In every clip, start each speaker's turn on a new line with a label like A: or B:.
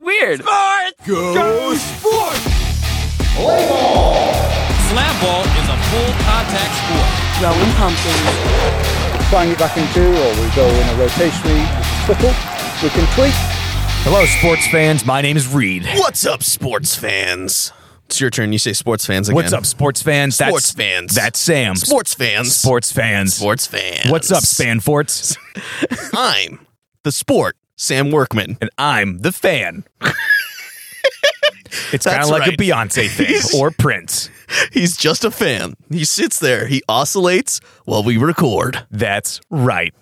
A: weird.
B: Sports!
C: Go sports!
B: Slab ball is a full contact sport.
D: Rolling pumpkins.
E: try and get back into, or we go in a rotationary triple. We can tweak.
A: Hello, sports fans. My name is Reed.
F: What's up, sports fans? It's your turn. You say sports fans again.
A: What's up, sports fans?
F: Sports fans.
A: That's Sam.
F: sports fans?
A: Sports fans.
F: Sports fans.
A: What's up, Spanforts?
F: I'm the sport, Sam Workman.
A: and I'm the fan. it's kind of
F: That's
A: like a
F: right.
A: Beyonce thing or Prince.
F: He's just a fan. He sits there. He oscillates while we record.
A: That's right.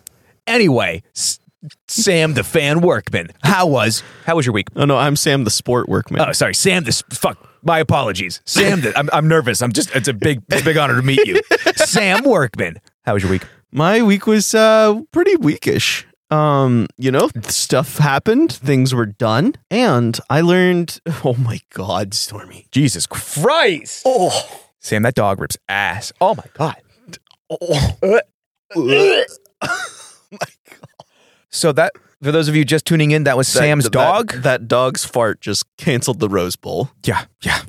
A: Anyway, S- Sam the fan workman. How was how was your week?
F: Oh no, I'm Sam the sport workman.
A: Oh, sorry, Sam. This fuck. My apologies, Sam. The, I'm, I'm nervous. I'm just. It's a big, it's a big honor to meet you, Sam Workman. How was your week?
F: My week was uh, pretty weakish. Um, you know, stuff happened, things were done, and I learned. Oh my God, Stormy!
A: Jesus Christ. Oh, Sam, that dog rips ass. Oh my god.
F: Oh.
A: So that for those of you just tuning in, that was
F: That-
A: Sam's
F: that-
A: dog.
F: That dog's fart just canceled the Rose Bowl.
A: Yeah, yeah.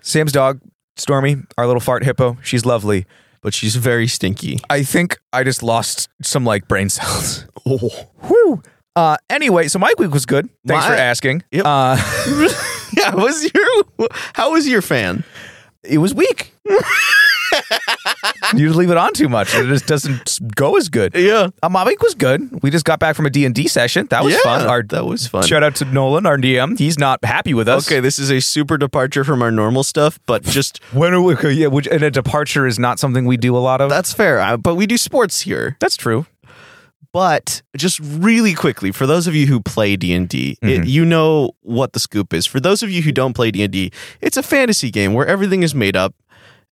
A: Sam's dog, Stormy, our little fart hippo, she's lovely.
F: but she's very stinky.
A: I think I just lost some like brain cells. Oh. Whew. Uh, anyway, so my week was good. Thanks for
F: My-
A: asking.
F: Yep.
A: Uh,
F: yeah, was your how was your fan?
A: it was weak. you leave it on too much. It just doesn't go as good.
F: Yeah,
A: Uh, my week was good. We just got back from a D&D session. That was
F: yeah,
A: fun. Our,
F: that was fun.
A: Shout out to Nolan, our DM. He's not happy with us.
F: Okay, this is a super departure from our normal stuff, but just
A: When are we, okay, yeah, which, and a departure is not something we do a lot of.
F: that's fair. I, but we do sports here.
A: that's true.
F: But just really quickly, for those of you who play D anD D, you know what the scoop is. For those of you who don't play D anD D, it's a fantasy game where everything is made up,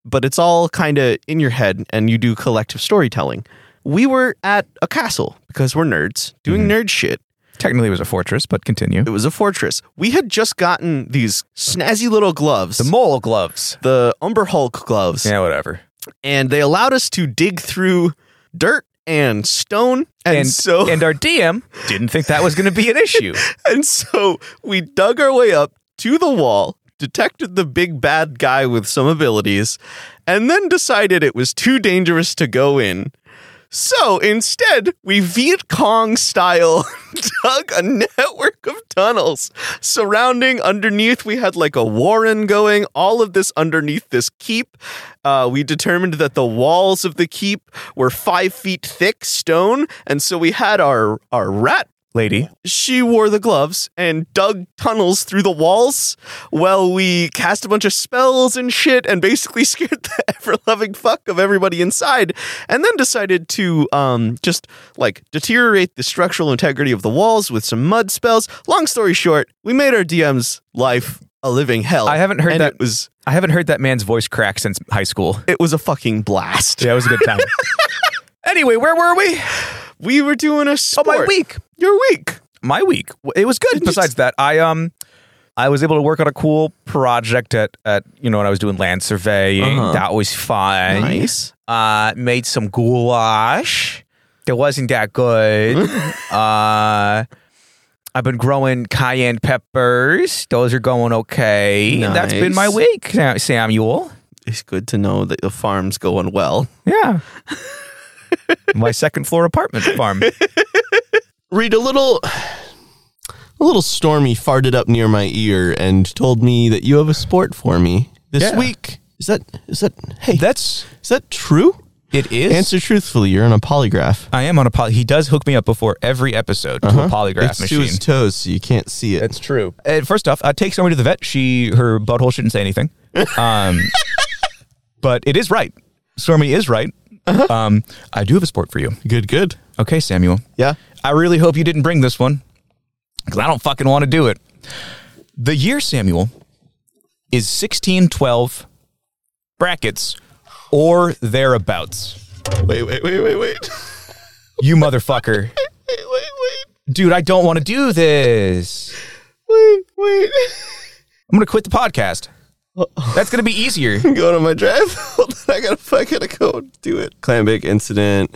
F: but it's all kind of in your head, and you do collective storytelling. We were at a castle because we're nerds doing nerd shit.
A: Technically, it was a fortress, but continue.
F: It was a fortress. We had just gotten these snazzy little gloves,
A: The
F: the,
A: mole gloves.
F: Umber Hulk gloves,
A: Yeah, whatever.
F: and they allowed us to dig through dirt and stone. And,
A: And
F: so
A: and our DM didn't think that was going to be an issue.
F: and so we dug our way up to the wall, detected the big bad guy with some abilities, and then decided it was too dangerous to go in. So instead, we Viet Cong style dug a network of tunnels surrounding underneath. We had like a warren going, all of this underneath this keep. Uh, we determined that the walls of the keep were five feet thick stone. And so we had our, our rat
A: Lady,
F: she wore the gloves and dug tunnels through the walls while we cast a bunch of spells and shit and basically scared the ever loving fuck of everybody inside and then decided to um, just like deteriorate the structural integrity of the walls with some mud spells. Long story short, we made our DM's life a living hell.
A: I haven't heard
F: and
A: that-
F: It was,
A: I haven't heard that man's voice crack since high school.
F: it was a fucking blast.
A: Yeah, it was a good time. anyway, where were we?
F: We were doing a
A: Oh,
F: sport.
A: my week.
F: Your week.
A: My week. It was good. Besides that, I um I was able to work on a cool project at at you know when I was doing land surveying.
F: Uh-huh.
A: That was fun.
F: Nice.
A: Uh, made some goulash. That wasn't that good. uh, I've been growing cayenne peppers. Those are going okay. And That's been my
F: Nice.
A: week, Sam- Samuel.
F: It's good to know that the farm's going well.
A: Yeah. my second floor apartment farm.
F: Read a little a little stormy farted up near my ear and told me that you have a sport for me this
A: Yeah.
F: week. Is that is that hey
A: That's
F: is that true?
A: it is.
F: Answer truthfully, you're on a polygraph.
A: I am on a poly. He does hook me up before every episode to a polygraph
F: Uh-huh. it's
A: machine.
F: to his toes, so you can't see it.
A: That's true. Uh, first off, uh, take Stormy to the vet. She her butthole shouldn't say anything. Um, but it is right. Stormy is right. Um, I do have a sport for you.
F: Uh-huh. good, good.
A: Okay, Samuel.
F: Yeah.
A: I really hope you didn't bring this one because I don't fucking want to do it. The year, Samuel, is 1612 brackets or thereabouts.
F: Wait, wait, wait, wait, wait. Wait,
A: You motherfucker.
F: wait, wait.
A: Dude, I don't want to do this.
F: Wait, wait.
A: I'm going to quit the podcast.
F: Oh.
A: That's going to be easier.
F: Go to my drive. Hold on, I gotta I gotta go do it. Clambake incident.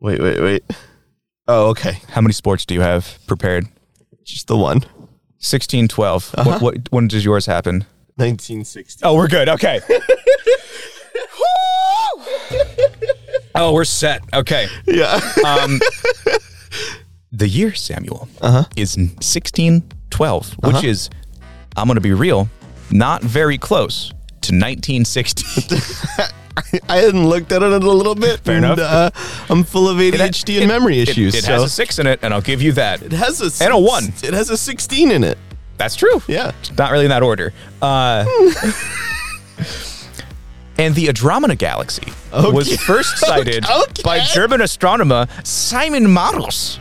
F: Wait, wait, wait. Oh, okay.
A: How many sports do you have prepared?
F: Just the one.
A: Sixteen twelve.
F: Uh-huh.
A: What, what? When does yours happen?
F: 1960.
A: Oh, we're good. Okay. oh, we're set. Okay.
G: Yeah.
A: Um, the year, Samuel,
F: Uh-huh.
A: is 1612, which is, I'm going to be real, not very close to 1960.
F: I hadn't looked at it in a little bit. Fair
A: enough.
F: Uh, I'm full of ADHD and memory
A: It-
F: issues.
A: It,
F: so
A: has a six in it, and I'll give you that.
F: it has a
A: and a
F: six-
A: one.
F: It has a 16 in it.
A: That's true.
F: Yeah.
A: It's Not really in that order. Uh,
F: Hmm.
A: and the Andromeda Galaxy was first sighted
F: Okay.
A: by German astronomer Simon Models.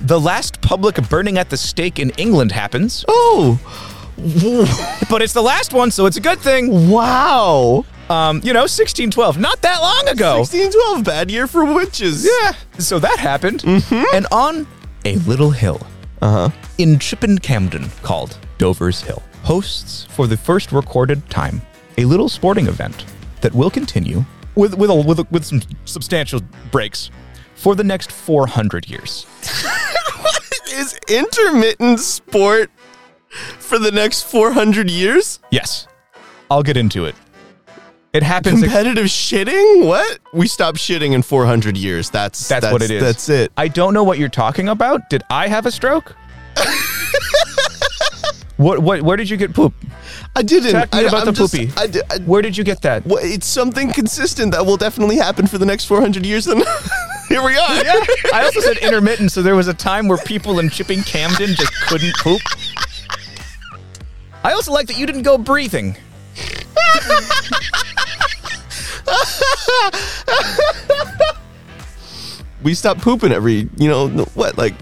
A: the last public burning at the stake in England happens,
F: Oh,
A: but it's the last one, so it's a good thing.
F: wow.
A: Um, you know, 1612, not that long ago.
F: 1612, bad year for witches.
A: Yeah. So that happened.
F: Mm-hmm.
A: And on a little hill
F: Uh-huh.
A: in Chippen Camden called Dover's Hill hosts for the first recorded time a little sporting event that will continue with with a, with, a, with some substantial breaks for the next 400 years.
F: Is intermittent sport for the next 400 years?
A: Yes. I'll get into it. It happens
F: Competitive shitting? What? We stop shitting in 400 years. That's,
A: That's, what it is.
F: That's it.
A: I don't know what you're talking about. Did I have a stroke? what? What? Where did you get poop?
F: I didn't.
A: Talk to me
F: I,
A: about
F: I'm
A: the poopy.
F: I, di- I,
A: Where did you get that?
F: Well, it's something consistent that will definitely happen for the next 400 years. And here we are.
A: I also said intermittent, so there was a time where people in Chipping Camden just couldn't poop. I also like that you didn't go breathing.
F: We stop pooping every, you know, what, like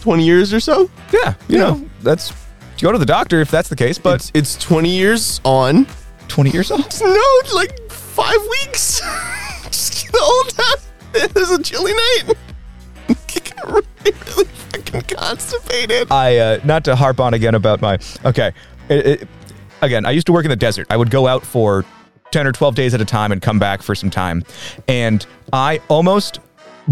F: 20 years or so?
A: Yeah,
F: Yeah.
A: you know that's go to the doctor if that's the case. But
F: It's, it's 20 years on.
A: twenty years old.
F: No, like five weeks. Just the whole time. It was a chilly night. I got really, really fucking constipated.
A: I uh, not to harp on again about my okay. It, it, again, I used to work in the desert. I would go out for ten or twelve days at a time and come back for some time, and I almost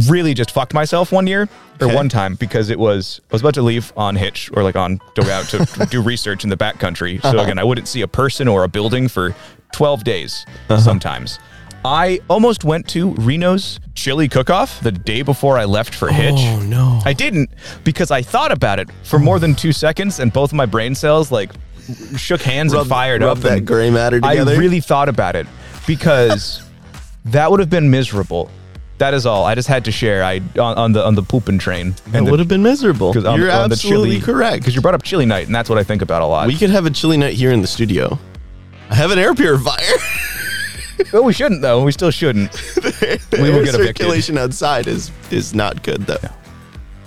A: really just fucked myself one year or one time because it was I was about to leave on hitch or like on to go out to do research in the back country. So again, I wouldn't see a person or a building for twelve days sometimes. I almost went to Reno's chili cook-off the day before I left for Hitch.
F: Oh, no.
A: I didn't because I thought about it for more than two seconds, and both of my brain cells like shook hands
F: Rub-
A: and fired
F: rub
A: up.
F: that
A: and
F: gray matter together.
A: I really thought about it because that would have been miserable. That is all. I just had to share. I on, on the on the pooping train.
F: It would have been miserable.
A: because
F: You're
A: on the
F: absolutely
A: chili,
F: correct.
A: Because you brought up chili night, and that's what I think about a lot.
F: we could have a chilly night here in the studio. I have an air purifier.
A: well, we shouldn't though. We still shouldn't. we will
F: Air
A: get evicted.
F: circulation outside is is not good though.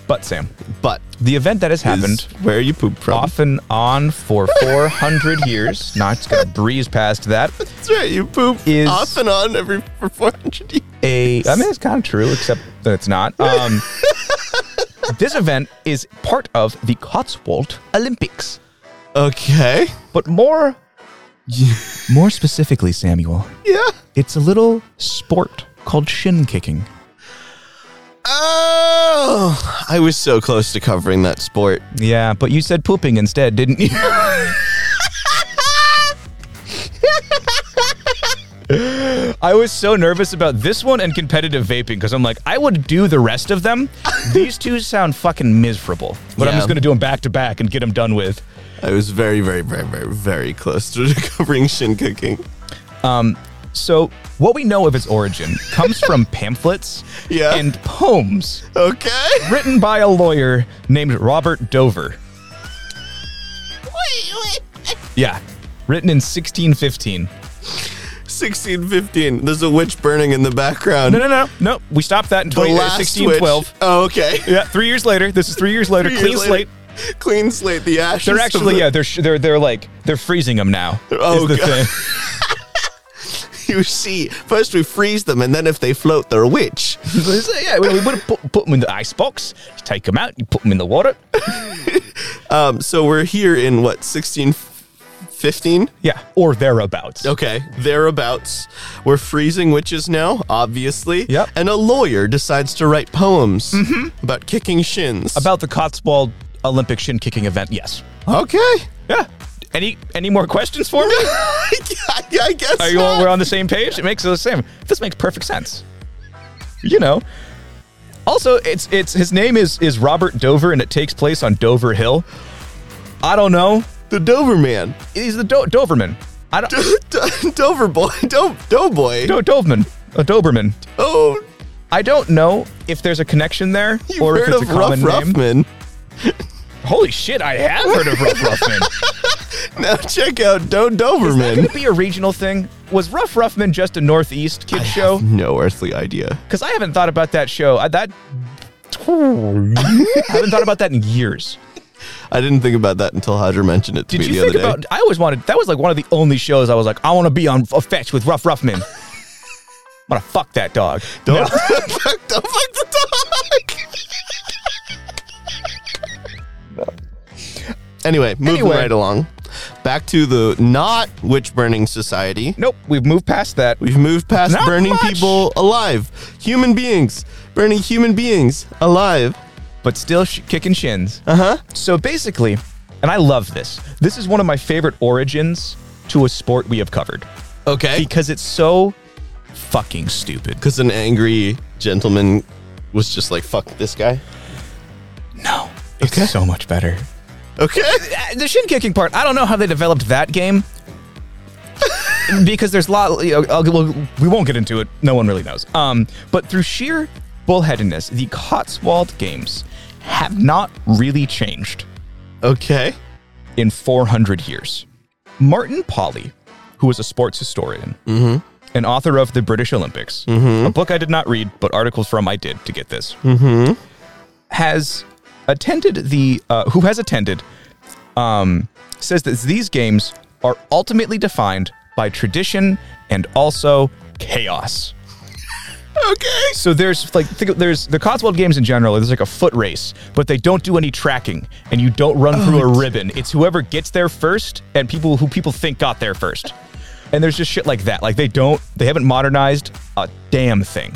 A: But Sam,
F: But
A: the event that has happened.
F: is where you poop from.
A: off and on for 400 years. Not just gonna breeze past that.
F: That's right. You poop
A: Is-
F: off and on every for 400 years.
A: a I mean it's kind of true except that it's not. Um This event is part of the Cotswold Olympics.
F: Okay.
A: But more more specifically, Samuel,
F: Yeah.
A: it's a little sport called shin kicking.
F: Oh, I was so close to covering that sport.
A: Yeah, but you said pooping instead, didn't you? I was so nervous about this one and competitive vaping because I'm like, I would do the rest of them. These two sound fucking miserable, but I'm
F: Yeah.
A: just gonna do them back to back and get them done with.
F: I was very, very, very, very, very close to covering shin kicking.
A: So, what we know of its origin comes from pamphlets
F: Yeah.
A: and poems
F: Okay.
A: written by a lawyer named Robert Dover. Yeah, written in 1615.
F: 1615. There's a witch burning in the background.
A: No, no, no, no. We stopped that in uh,
F: The
A: 20,
F: last
A: 1612.
F: witch. Oh, okay.
A: Yeah, three years later. This is three years later.
F: Three
A: clean
F: years
A: slate.
F: later. Clean slate. The ashes.
A: They're
F: of
A: actually
F: the-
A: yeah. They're sh- they're they're like they're freezing them now.
F: Oh,
A: is the
F: God.
A: thing.
F: You see, first we freeze them, and then if they float, they're a witch.
A: So, yeah, we, we would have put, put them in the ice box. You take them out. You put them in the water.
F: Um, so we're here in what 1615.
A: Yeah, or thereabouts.
F: Okay, thereabouts. We're freezing witches now, obviously.
A: Yep. Mm-hmm.
F: And a lawyer decides to write poems about kicking shins.
A: About the Cotswold Olympic shin kicking event. Yes.
F: Okay.
A: Yeah. Any any more questions for me?
F: I, I guess.
A: Are you all,
F: not.
A: we're on the same page? It makes the same. This makes perfect sense. You know. Also, it's it's his name is is Robert Dover, and it takes place on Dover Hill. I don't know.
F: the Doberman?
A: He's the Do- Doverman. I don't
F: Do- Dover boy. Do- Doughboy.
A: Do- Doverman. A Doberman.
F: oh,
A: I don't know if there's a connection there
F: you've
A: or if
F: heard
A: it's a
F: of Rough
A: common name.
F: Ruffman.
A: Holy shit, I have heard of Rough Ruffman.
F: Now check out Do
A: Could
F: Doberman.
A: it be a regional thing? Was Rough Ruffman just a Northeast kid show?
F: No earthly idea.
A: Because I haven't thought about that show. I, that I haven't thought about that in years.
F: I didn't think about that until Hodger mentioned it to
A: Did
F: me
A: you
F: the
A: think
F: other day.
A: about? I always wanted. That was like one of the only shows I was like, I want to be on a fetch with Rough Ruffman. I'm gonna fuck that dog.
F: Don't, fuck, don't fuck the dog. anyway, moving
A: Anyway.
F: right along. Back to the not witch burning society.
A: Nope, we've moved past that.
F: We've moved past
A: Not
F: burning
A: much.
F: people alive, human beings, burning human beings alive.
A: but still sh- kicking shins. Uh huh. So basically, and I love this. This is one of my favorite origins to a sport we have covered
F: Okay.
A: because it's so fucking stupid.
F: Because an angry gentleman was just like, fuck this guy.
A: No, it's so much better.
F: Okay.
A: Uh, the shin kicking part, I don't know how they developed that game. because there's a lot. You know, I'll, well, we won't get into it. No one really knows. Um, but through sheer bullheadedness, the Cotswold games have not really changed
F: Okay.
A: in 400 years. Martin Polly, who is a sports historian and author of the British Olympics, a book I did not read, but articles from I did to get this, has attended the, uh, who has attended, um, says that these games are ultimately defined by tradition and also chaos.
F: Okay.
A: So there's like think of- there's the Cotswold Games in general. There's like a foot race, but they don't do any tracking, and you don't run
F: Oh,
A: through a ribbon. It's whoever gets there first, and people who people think got there first. And there's just shit like that. Like they don't, they haven't modernized a damn thing.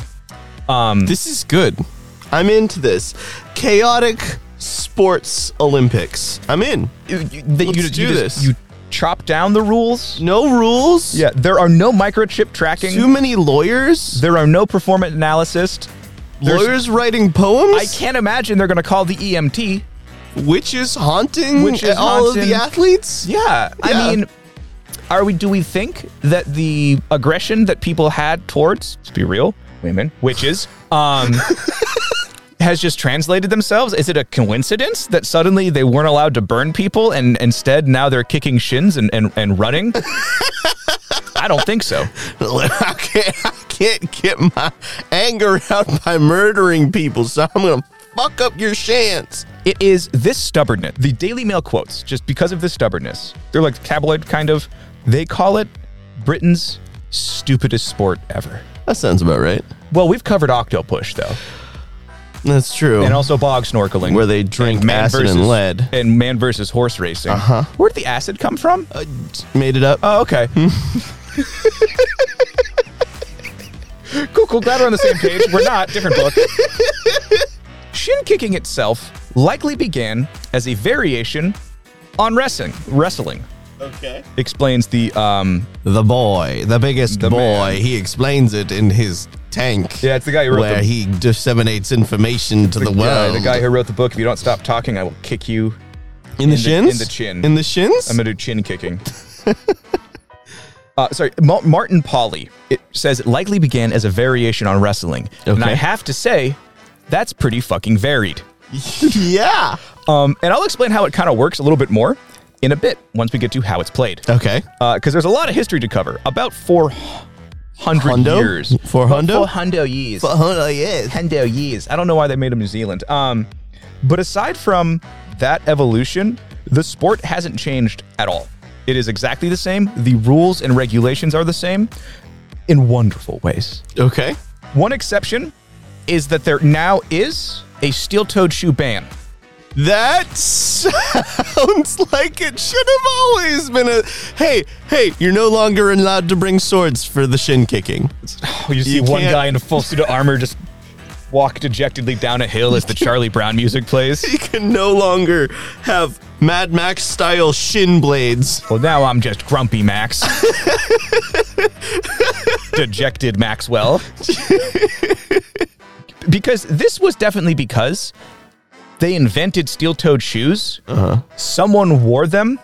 F: This is good. I'm into this. Chaotic sports Olympics. I'm in.
A: You, you, they- you
F: Let's
A: just-
F: do
A: you just-
F: this.
A: You chop down the rules.
F: No rules.
A: Yeah, there are no microchip tracking.
F: Too many lawyers.
A: there are no performance analysis. There's-
F: lawyers writing
A: I
F: poems.
A: can't imagine they're gonna call the E EMT.
F: Witches haunting.
A: Witches
F: all of
A: haunting.
F: the athletes.
A: Yeah,
F: Yeah.
A: I mean, are we? Do we think that the aggression that people had towards, let's be real, women, witches, um, has just translated themselves? Is it a coincidence that suddenly they weren't allowed to burn people, and instead now they're kicking shins and and, and running? I don't think so.
F: I, can't, I can't get my anger out by murdering people, so I'm gonna fuck up your chance.
A: It is this stubbornness. The Daily Mail quotes, just because of this stubbornness, they're like tabloid kind of. They call it Britain's stupidest sport ever.
F: That sounds about right.
A: Well, we've covered Octopush though,
F: That's true.
A: and also bog snorkeling,
F: Where they drink acid and lead.
A: and man versus horse racing. Uh-huh. Where'd the acid come from?
F: Uh, made it up.
A: oh, okay. cool, cool. Glad we're on the same page. We're not different book. Shin kicking itself likely began as a variation on wrestling. Wrestling. Okay. Explains the um.
F: The boy, the biggest
A: The
F: boy,
A: man.
F: he explains it in his tank.
A: Yeah, it's the guy who wrote
F: where
A: the-
F: he disseminates information to the,
A: guy,
F: world.
A: the guy who wrote the book. If you don't stop talking, I will kick you.
F: in the
A: in the-
F: shins,
A: in the chin.
F: in the shins.
A: I'm gonna do chin kicking. uh, sorry, Ma- Martin Polly. It says it likely began as a variation on wrestling, and
F: Okay.
A: I have to say, that's pretty fucking varied.
F: yeah.
A: Um, and I'll explain how it kind of works a little bit more in a bit once we get to how it's played, because
F: Okay.
A: there's a lot of history to cover. About four hundred
F: Hundo?
A: years.
F: For
A: Four
F: hundo?
A: hundred years.
F: hundo, yes.
A: Hundo years. I don't know why they made him New Zealand. Um, but aside from that evolution, the sport hasn't changed at all. It is exactly the same. The rules and regulations are the same in wonderful ways.
F: Okay.
A: One exception is that there now is a steel toed shoe ban.
F: That sounds like it should have always been a. Hey, hey, you're no longer allowed to bring swords for the shin kicking.
A: Oh, you see
F: You
A: one
F: can't-
A: guy in a full suit of armor just walk dejectedly down a hill as the Charlie Brown music plays.
F: You can no longer have Mad Max style shin blades.
A: Well, now I'm just grumpy Max. Dejected Maxwell. because this was definitely because they invented steel toed shoes. Someone wore them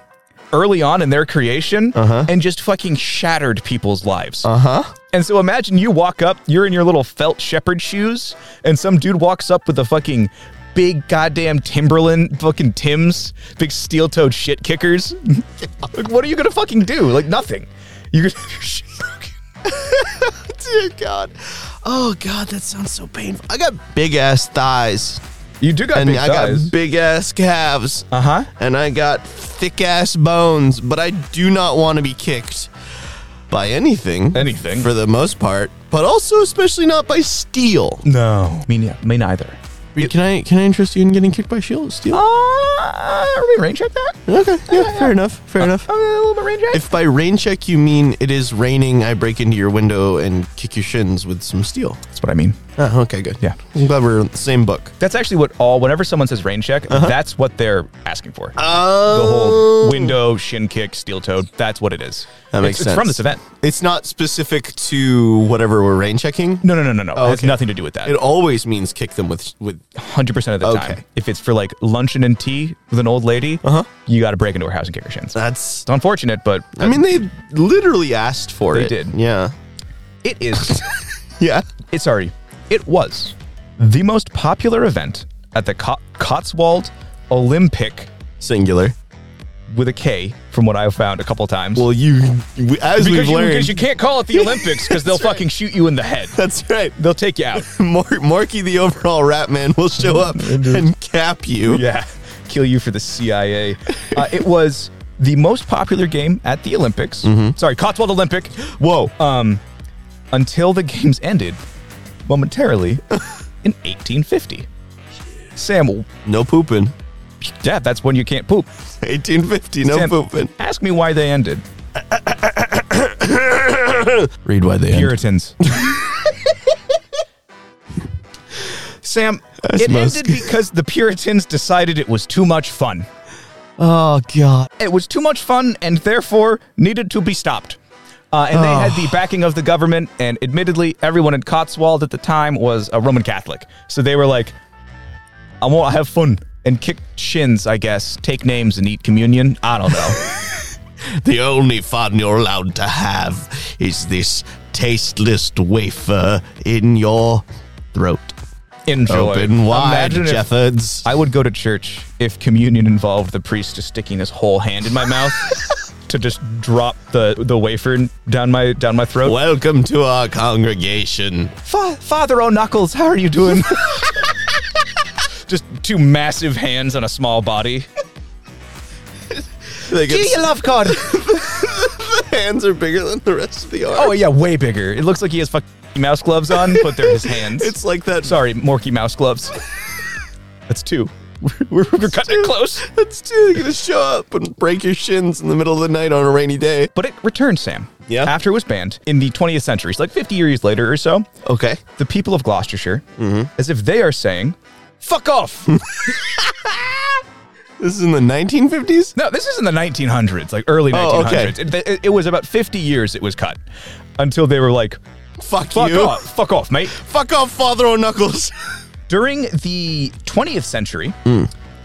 A: early on in their creation and just fucking shattered people's lives. Uh huh. And so imagine you walk up, you're in your little felt shepherd shoes, and some dude walks up with a fucking big goddamn Timberland fucking Tim's, big steel toed shit kickers. like, what are you gonna fucking do? Like, nothing. You're gonna.
F: Dear God. Oh God, that sounds so painful. I got big ass thighs.
A: you do got
F: and
A: big
F: I
A: thighs.
F: got big ass calves.
A: uh huh.
F: and I got thick ass bones, but I do not want to be kicked by anything.
A: Anything.
F: For the most part. But also especially not by steel.
A: No. Me, ne- me neither.
F: Can I can I interest you in getting kicked by shield steel?
A: Uh, are we rain check that?
F: Okay, yeah, fair enough. Fair enough.
A: a little bit rain check.
F: If by rain check you mean it is raining, I break into your window and kick your shins with some steel.
A: That's what I mean.
F: Oh, okay, good.
A: Yeah.
F: I'm glad we're in the same book.
A: That's actually what all, whenever someone says rain check,
F: Uh-huh.
A: that's what they're asking for. the
F: Oh,
A: whole window, shin kick, steel toed. That's what it is.
F: That
A: It's-
F: makes
A: it's,
F: sense.
A: from this event.
F: It's not specific to whatever we're rain checking.
A: No, no, no, no, no. It has
F: Oh, okay.
A: nothing to do with that.
F: It always means kick them with with
A: 100% of the time.
F: Okay. Uh-huh.
A: If it's for like luncheon and tea with an old lady, you got to break into her house and kick her shins. It's
F: that's
A: unfortunate, but
F: I mean, they literally asked for
A: They
F: it.
A: did.
F: Yeah.
A: it is.
F: Yeah.
A: it, sorry, it was the most popular event at the Co- Cotswold Olympic
F: Singular.
A: with a K, from what I've found a couple times.
F: Well, you, we- as
A: because
F: we've
A: you,
F: learned,
A: because you can't call it the Olympics because they'll fucking shoot you in the head.
F: that's right.
A: They'll take you out.
F: Mar- Marky the overall rap man will show up and cap you.
A: yeah, kill you for the CIA. Uh, it was the most popular game at the Olympics.
F: Mm-hmm.
A: Sorry, Cotswold Olympic.
F: Whoa.
A: Um, until the games ended momentarily in 1850. Sam,
F: no pooping.
A: yeah, that's when you can't poop.
F: 1850. No
A: Sam,
F: pooping.
A: Ask me why they ended.
F: Read why they end.
A: Puritans. Sam, it
F: most-
A: ended because the Puritans decided it was too much fun.
F: Oh God.
A: It was too much fun and therefore needed to be stopped. Uh, and they had the backing of the government, and admittedly, everyone in Cotswold at the time was a Roman Catholic. So they were like, I want to have fun and kick shins, I guess, take names and eat communion. I don't know.
F: The only fun you're allowed to have is this tasteless wafer in your throat.
A: Enjoy.
F: Open wide,
A: Imagine if
F: Jeffords.
A: I would go to church if communion involved the priest just sticking his whole hand in my mouth to just drop the, the wafer down my down my throat.
F: Welcome to our congregation.
A: Fa- Father O'Knuckles, how are you doing? just two massive hands on a small body.
F: They get
A: love God?
F: hands are bigger than the rest of the arm.
A: oh yeah, way bigger. It looks like he has fucking mouse gloves on, but they're his hands.
F: It's like that.
A: Sorry, Morky mouse gloves. That's two. We're, we're cutting it close.
F: That's too. You're gonna show up and break your shins in the middle of the night on a rainy day.
A: But it returned, Sam.
F: Yeah.
A: After it was banned in the 20th century, so like 50 years later or so,
F: Okay.
A: the people of Gloucestershire, as if they are saying, "Fuck off."
F: This is in the 1950s.
A: No, this is in the 1900s, like early
F: Oh,
A: 1900s.
F: okay.
A: It, it- it was about 50 years it was cut until they were like,
F: Fuck,
A: fuck
F: you.
A: off, fuck off, mate.
F: Fuck off, Father O'Knuckles.
A: During the 20th century,
F: Hmm.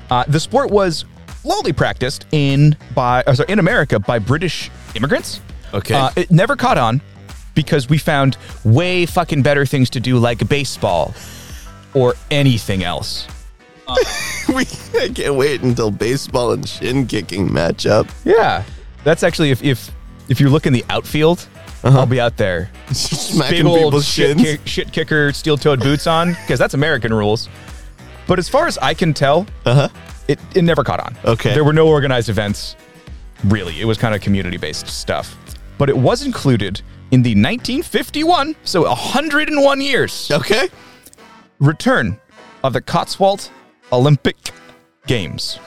A: uh, the sport was lowly practiced in by or sorry, in America by British immigrants.
F: Okay.
A: Uh, it never caught on because we found way fucking better things to do like baseball or anything else.
F: we, I can't wait until baseball and shin kicking match up.
A: Yeah. That's actually if if if you look in the outfield,
F: Uh-huh.
A: I'll be out there
F: Smacking
A: big old
F: people's
A: shit,
F: shins.
A: kick, shit kicker steel toed boots on because that's American rules. But as far as I can tell,
F: Uh huh.
A: it, it never caught on.
F: Okay.
A: There were no organized events, really. It was kind of community based stuff. But it was included in the 1951, so 101 years,
F: Okay.
A: return of the Cotswold Olympic Games.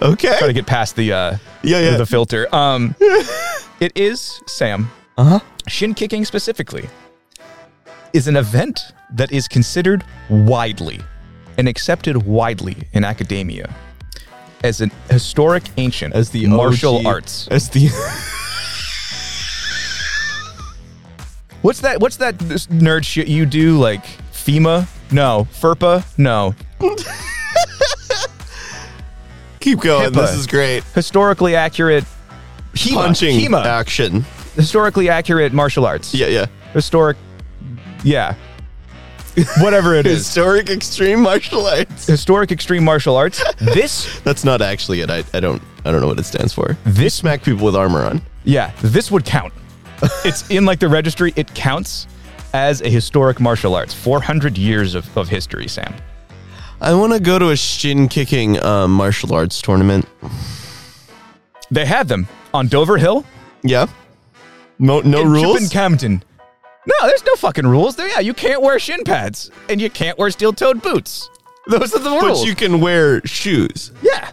F: Okay.
A: Try to get past the uh,
F: Yeah, yeah.
A: the filter. Um,
F: Uh-huh.
A: it is Sam. Uh huh. Shin kicking specifically is an event that is considered widely and accepted widely in academia as an historic ancient
F: As the
A: martial
F: OG
A: arts.
F: As the
A: What's that? What's that this nerd shit you do? Like FEMA? No. FERPA? No.
G: Keep
F: going.
A: HIPAA.
F: This is great.
A: Historically accurate. HEMA.
F: Punching
A: HEMA.
F: action.
A: historically accurate martial arts.
F: Yeah, yeah.
A: Historic. Yeah. Whatever it is.
F: Historic extreme martial arts.
A: Historic extreme martial arts. This.
F: That's not actually it. I, I don't I don't know what it stands for.
A: This
F: Smack people with armor on.
A: Yeah, this would count. It's in like the registry. It counts as a historic martial arts. 400 years of, of history, Sam.
F: I want to go to a shin kicking um, martial arts tournament.
A: They have them on Dover Hill.
F: Yeah. No, no
A: in
F: rules.
A: Chippecamden. No, there's no fucking rules. There, yeah, you can't wear shin pads and you can't wear steel-toed boots. Those are the rules.
F: but you can wear shoes.
A: yeah.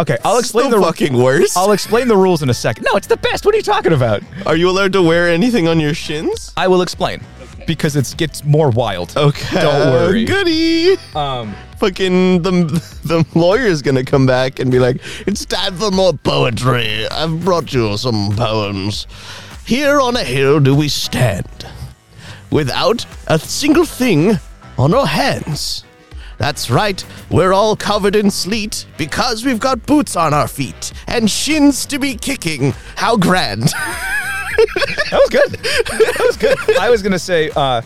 A: Okay, I'll explain
F: Still
A: the
F: fucking worse.
A: I'll explain the rules in a second. No, it's the best. What are you talking about?
F: Are you allowed to wear anything on your shins?
A: I will explain because it gets more wild.
F: Okay.
A: Don't worry.
F: Goody.
A: Um,
F: Fucking the the lawyer's gonna come back and be like, "It's time for more poetry. I've brought you some poems. Here on a hill do we stand, without a single thing on our hands. That's right. We're all covered in sleet because we've got boots on our feet and shins to be kicking. How grand!"
A: That was good. That was good. I was gonna say, uh,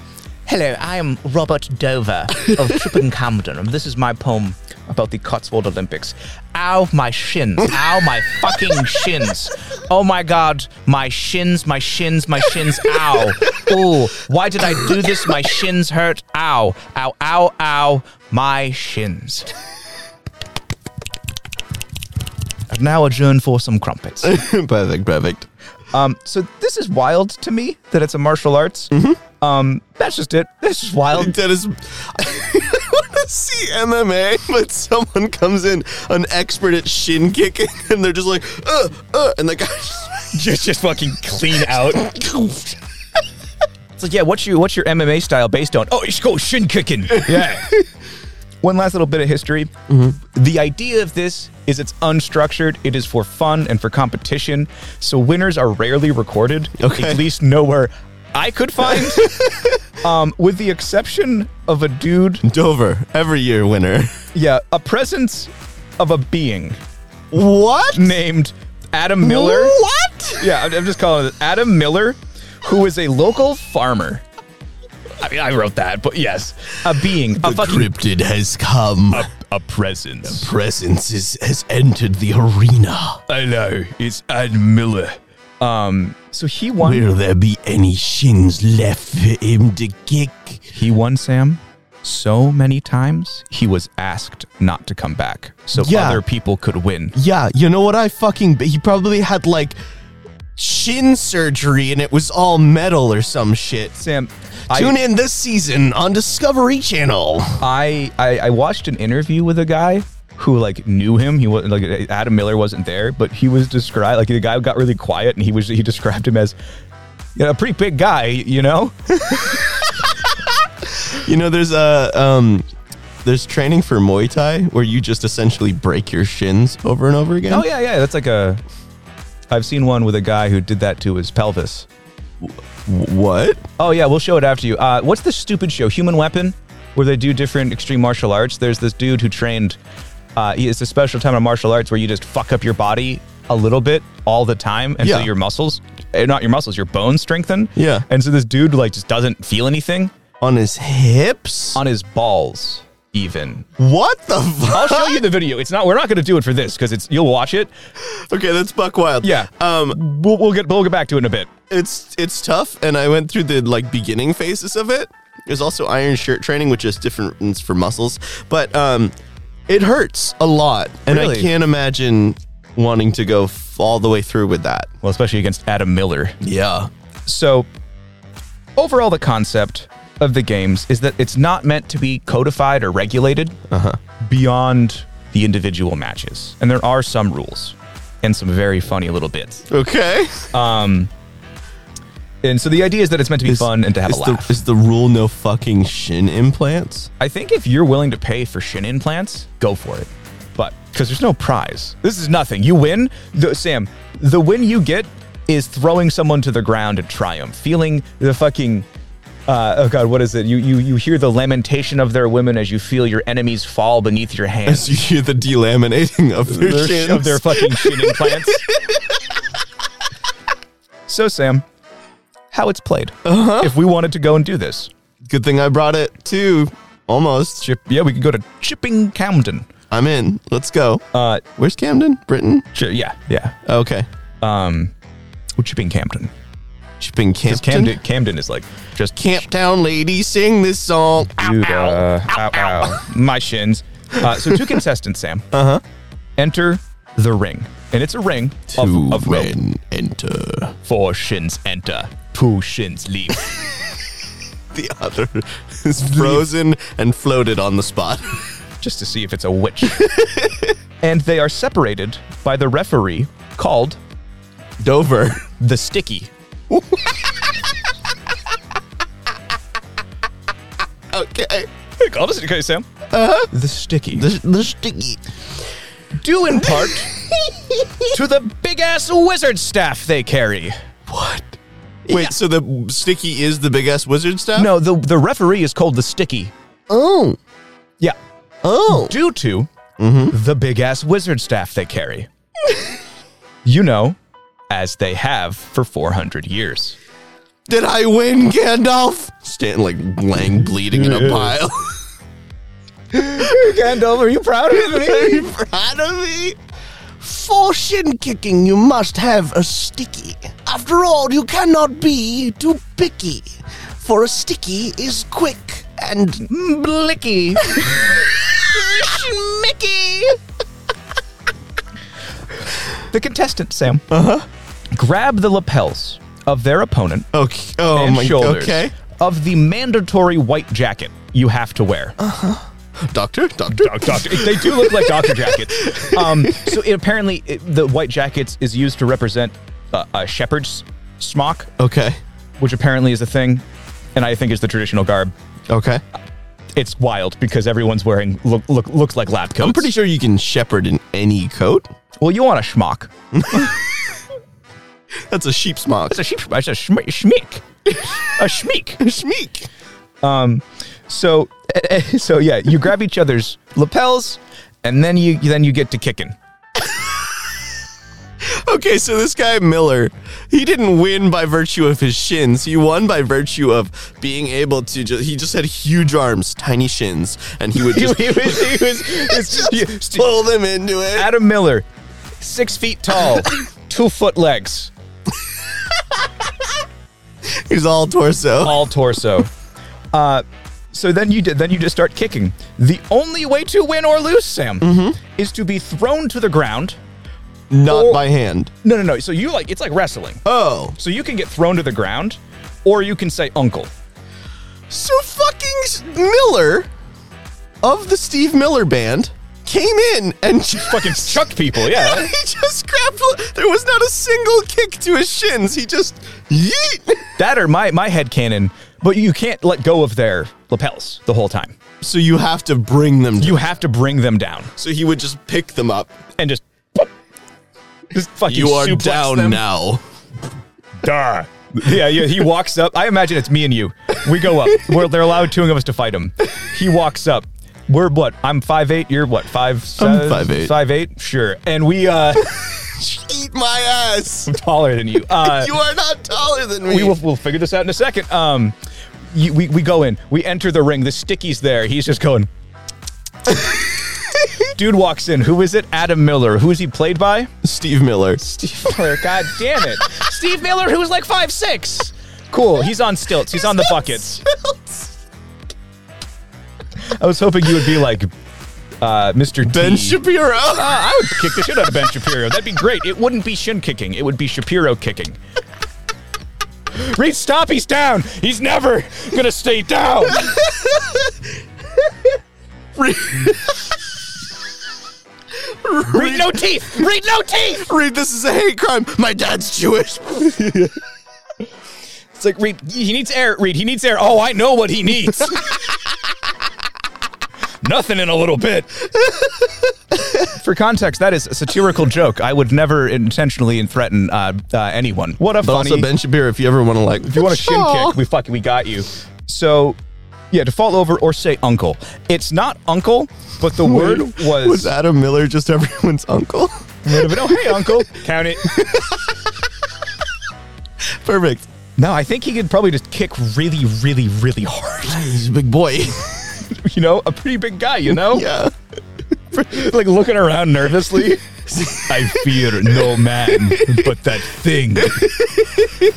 A: hello, I am Robert Dover of Trippencamden, and this is my poem about the Cotswold Olympics. Ow, my shins! Ow, my fucking shins! Oh my god, my shins, my shins, my shins! Ow! Ooh, why did I do this? My shins hurt! Ow! Ow! Ow! Ow! My shins! I've now adjourned for some crumpets.
F: perfect. Perfect.
A: Um, so this is wild to me that it's a martial arts. Um, that's just it. That's just wild.
F: That is. I want to see MMA, but someone comes in, an expert at shin kicking, and they're just like, uh, uh, and the guy
A: just, just fucking clean out.
F: just.
A: It's like, yeah, what's your what's your MMA style based on? Oh, it's called shin kicking. Yeah. Mm-hmm. One last little bit of history. The idea of this is it's unstructured. It is for fun and for competition. So winners are rarely recorded.
F: Okay.
A: At least nowhere I could find. um, with the exception of a dude
F: Dover, every year winner.
A: Yeah, a presence of a being
F: What?
A: named Adam Miller.
F: What?
A: Yeah, I'm, I'm just calling it Adam Miller, who is a local farmer. I mean, I wrote that, but yes, a being, a fucking
F: cryptid has come.
A: a presence.
F: Presence is, has entered the arena.
A: Hello, it's Adam Miller. Um, so he won.
F: Will there be any shins left for him to kick?
A: He won, Sam. So many times he was asked not to come back, so
F: Yeah.
A: other people could win.
F: Yeah, you know what I fucking. He probably had like shin surgery and it was all metal or some shit.
A: Sam,
F: Tune in this season on Discovery Channel.
A: I, I I watched an interview with a guy who like knew him. He was like Adam Miller wasn't there, but he was described like the guy got really quiet and he was he described him as you know, a pretty big guy, you know.
F: You know, there's a um, there's training for Muay Thai where you just essentially break your shins over and over again.
A: oh yeah, yeah, that's like a. I've seen one with a guy who did that to his pelvis.
F: W- What?
A: Oh yeah, we'll show it after you. Uh, what's this stupid show, Human Weapon, where they do different extreme martial arts? There's this dude who trained. Uh, he- it's a special time of martial arts where you just fuck up your body a little bit all the time until
F: Yeah.
A: your muscles, eh, not your muscles, your bones strengthen.
F: Yeah.
A: And so this dude like just doesn't feel anything
F: On his hips?
A: on his balls even.
F: what the
A: I'll
F: fuck?
A: show you the video. It's not. We're not going to do it for this because it's. You'll watch it.
F: okay, that's buck wild.
A: Yeah.
F: Um,
A: We'll, we'll get. We'll get back to it in a bit.
F: it's it's tough, and I went through the like beginning phases of it. There's also iron shirt training, which is different ones for muscles, but um, it hurts a lot, and
A: Really?
F: I can't imagine wanting to go f- all the way through with that.
A: Well, especially against Adam Miller.
F: Yeah.
A: So, overall, the concept of the games is that it's not meant to be codified or regulated
F: Uh-huh.
A: beyond the individual matches. And there are some rules and some very funny little bits.
F: Okay.
A: And so the idea is that it's meant to be fun and to have a
F: is
A: laugh.
F: The, is the rule no fucking shin implants?
A: I think if you're willing to pay for shin implants, go for it. But because there's no prize, this is nothing. You win, the, Sam. The win you get is throwing someone to the ground in triumph, feeling the fucking. Uh, oh God, what is it? You you you hear the lamentation of their women as you feel your enemies fall beneath your hands.
F: As you hear the delaminating of their,
A: their-
F: shins.
A: of their fucking shin implants. so Sam, how it's played? Uh-huh. If we wanted to go and do this,
F: Good thing I brought it too. Almost.
A: Chip, yeah, we could go to Chipping Camden.
F: I'm in. Let's go.
A: Uh,
F: Where's Camden? Britain?
A: Chi- yeah, yeah.
F: Okay.
A: um well, Chipping Campton.
F: Chipping
A: Because
F: Campton.
A: Camden, Camden is like just
F: Camptown lady, sing this song.
A: dude, uh, ow, ow. my shins. Uh, so two contestants, Sam. Uh huh. Enter the ring, and it's a ring of, of rope.
F: men enter.
A: Four shins enter, two shins leave.
F: The other is frozen and floated on the spot.
A: just to see if it's a witch. and they are separated by the referee called
F: Dover.
A: the Sticky.
F: Okay.
A: They called us, okay, Sam. The Sticky.
F: The, the sticky.
A: due in part to the big ass wizard staff they carry.
F: What? Wait, so the sticky is the big ass wizard stuff?
A: No, the the referee is called the Sticky.
F: Oh.
A: Yeah,
F: Oh.
A: due to the big ass wizard staff they carry. you know, as they have for 400 years.
F: Did I win, Gandalf? Stanton like laying bleeding in a pile.
A: Gandalf, are you proud of
F: Are you proud of me? For shin kicking, you must have a sticky. After all, you cannot be too picky, for a sticky is quick and blicky. Schmicky!
A: The contestant, Sam, uh-huh. grab the lapels of their opponent
F: Okay. Oh
A: and
F: my god.
A: shoulders
F: Okay.
A: of the mandatory white jacket you have to wear.
F: Doctor, doctor,
A: Doctor, they do look like doctor jackets. Um, so it, apparently, it, the white jackets is used to represent uh, a shepherd's smock,
F: Okay.
A: which apparently is a thing, and I think is the traditional garb.
F: Okay.
A: It's wild because everyone's wearing look, look looks like lab coats.
F: I'm pretty sure you can shepherd in any coat.
A: Well, you want a schmock.
F: That's a sheep's mock.
A: It's a sheep. It's a schme- schmeek. a schmeek.
F: Schmeek.
A: So, eh, so yeah, you grab each other's lapels, and then you then you get to kicking.
F: Okay, so this guy Miller, he didn't win by virtue of his shins. He won by virtue of being able to. Ju- he just had huge arms, tiny shins, and he would just,
A: it's-
F: pull them into it.
A: Adam Miller, six feet tall, two foot legs,
F: He's all torso.
A: all torso. Uh, so then you did, then you just start kicking. The only way to win or lose, Sam, is to be thrown to the ground.
F: not
A: or-
F: by hand.
A: No, no, no. So you like it's like wrestling.
F: Oh,
A: So you can get thrown to the ground, or you can say uncle.
F: so fucking s- Miller of the Steve Miller Band came in and just,
A: Fucking chuck people, yeah.
F: he just grabbed. There was not a single kick to his shins. He just yeet.
A: That or my my head cannon, but you can't let go of their lapels the whole time.
F: So you have to bring them.
A: You have to bring them down
F: so he would just pick them up.
A: and just just fucking suplex them.
F: now.
A: Dar. Yeah, yeah, he walks up. I imagine it's me and you. We go up. We're, they're allowed two of us to fight him. He walks up. We're what? I'm five eight. You're what? Five seven?
F: 5'8".
A: Five eight. Sure. And we uh
F: Eat my ass.
A: taller than you. Uh,
F: You are not taller than me.
A: we will we'll figure this out in a second. Um, you, we we go in. We enter the ring. The sticky's there. He's just going. Dude walks in. Who is it? Adam Miller. Who is he played by?
F: Steve Miller.
A: Steve Miller. God damn it. Steve Miller, who was like five six. Cool. He's on stilts. He's on the buckets. I was hoping you would be like uh, Mr.
F: Ben
A: T.
F: Shapiro.
A: Uh, I would kick the shit out of Ben Shapiro. That'd be great. It wouldn't be shin kicking. It would be Shapiro kicking. Reed, stop. He's down. He's never gonna stay down. Reed, no teeth. Reed, no teeth.
F: Read this is a hate crime. My dad's Jewish.
A: It's like Reed. He needs air. Reed. He needs air. Oh, I know what he needs. Nothing in a little bit. For context, that is a satirical joke. I would never intentionally threaten uh, uh, anyone. What a
F: But
A: funny.
F: also Ben Shabir, if you ever want to like,
A: If you want a shin kick, we fucking we got you. So, yeah, to fall over or say uncle. It's not uncle, but the word was.
F: was Adam Miller just everyone's uncle?
A: But, oh, hey, uncle, count it.
F: Perfect.
A: No, I think he could probably just kick really, really, really hard.
F: He's a big boy.
A: You know, a pretty big guy. You know,
F: yeah.
A: like looking around nervously. I fear no man, but that thing.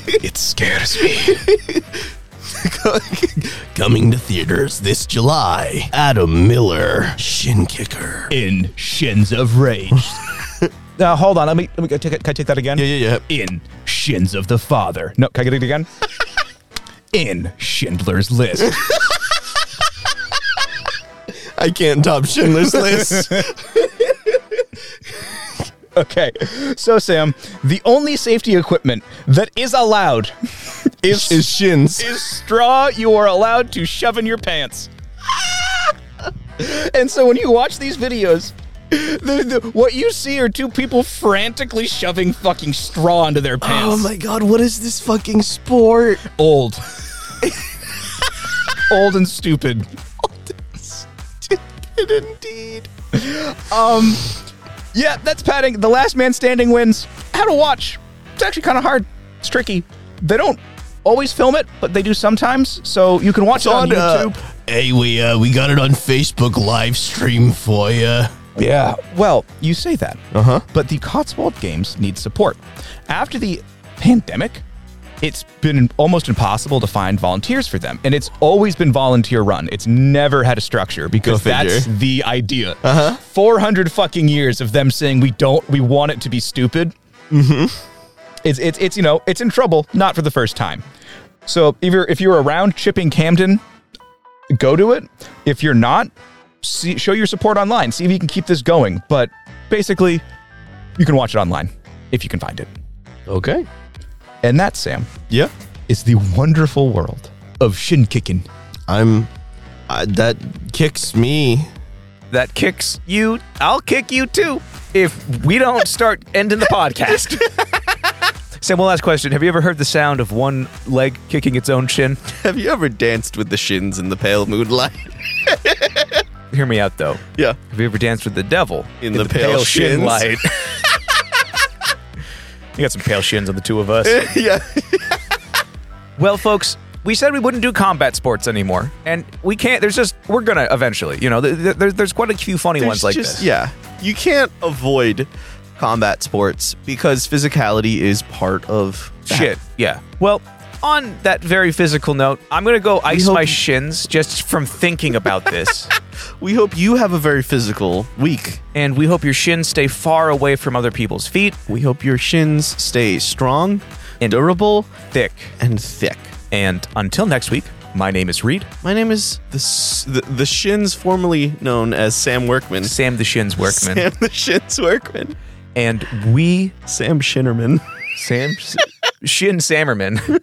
A: It scares me.
F: Coming to theaters this July, Adam Miller, shin kicker.
A: In shins of rage. Now hold on. Let me. Let me. Can I take, it- can I take that again?
F: Yeah, yeah, yeah.
A: in Shins of the Father. No, can I get it again? in Schindler's List.
F: I can't top Schindler's List.
A: okay. So, Sam, the only safety equipment that is allowed is,
F: Is
A: is,
F: shins.
A: straw you are allowed to shove in your pants. and so when you watch these videos, the, the, what you see are two people frantically shoving fucking straw into their pants.
F: Oh my god, what is this fucking sport?
A: Old. Old and stupid.
F: Indeed.
A: Um, Yeah, that's padding. The last man standing wins. How to watch. It's actually kind of hard. It's tricky. They don't always film it, but they do sometimes. So you can watch
F: It's
A: it on
F: on uh,
A: YouTube.
F: Hey, we uh, we got it on Facebook live stream for you.
A: yeah. Well, you say that. Uh
F: Uh-huh.
A: huh. But the Cotswold games need support. After the pandemic, it's been almost impossible to find volunteers for them. And it's always been volunteer run. It's never had a structure because
F: Go figure. Uh-huh.
A: that's the idea. Uh huh. 400 fucking years of them saying we don't, we want it to be stupid.
F: Mm-hmm.
A: it's it's it's you know it's in trouble not for the first time so if you're if you're around chipping camden go to it if you're not see, show your support online see if you can keep this going but basically you can watch it online if you can find it
F: Okay.
A: and that sam
F: Yeah.
A: is the wonderful world of shin kicking
F: I'm. I that kicks me.
B: that kicks you, I'll kick you too if we don't start ending the podcast. Sam, one last question. Have you ever heard the sound of one leg kicking its own shin?
G: Have you ever danced with the shins in the pale moonlight?
B: Hear me out though.
G: yeah.
B: Have you ever danced with the devil
G: In the pale shins?
B: you got some pale shins on the two of us.
G: yeah.
B: Well, folks, we said we wouldn't do combat sports anymore, and we can't. There's just we're gonna eventually. You know, th- th- there's there's quite a few funny
G: There's
B: ones like
G: just-
B: this.
G: Yeah. You can't avoid combat sports because physicality is part of that.
B: Shit. Yeah. Well, on that very physical note, I'm gonna go ice my shins just from thinking about this.
G: We hope you have a very physical week.
B: and we hope your shins stay far away from other people's feet.
G: We hope your shins stay strong,
B: And-
G: durable,
B: Thick.
G: and thick.
B: And until next week, my name is Reed.
G: My name is the S- the, the shins formerly known as Sam Workman.
B: Sam the Shins Workman,
G: Sam the shins Workman.
B: and we
G: Sam Shinnerman.
B: Sam Shin Sammerman.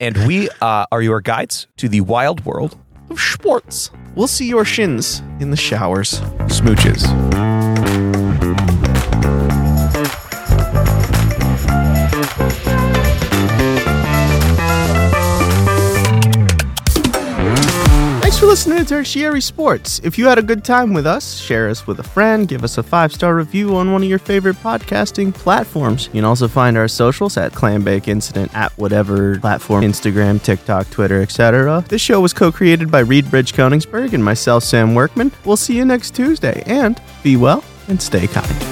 B: and we uh, are your guides to the wild world
G: Of Schwartz. We'll see your shins in the showers.
B: smooches.
G: Thanks for listening to Tertiary Sports. If you had a good time with us, share us with a friend, give us a five star review on one of your favorite podcasting platforms. You can also find our socials at Clambake Incident at whatever platform Instagram, TikTok, Twitter, etc. This show was co created by Reed Bridge Koningsberg and myself, Sam Workman. We'll see you next Tuesday, and be well and stay kind.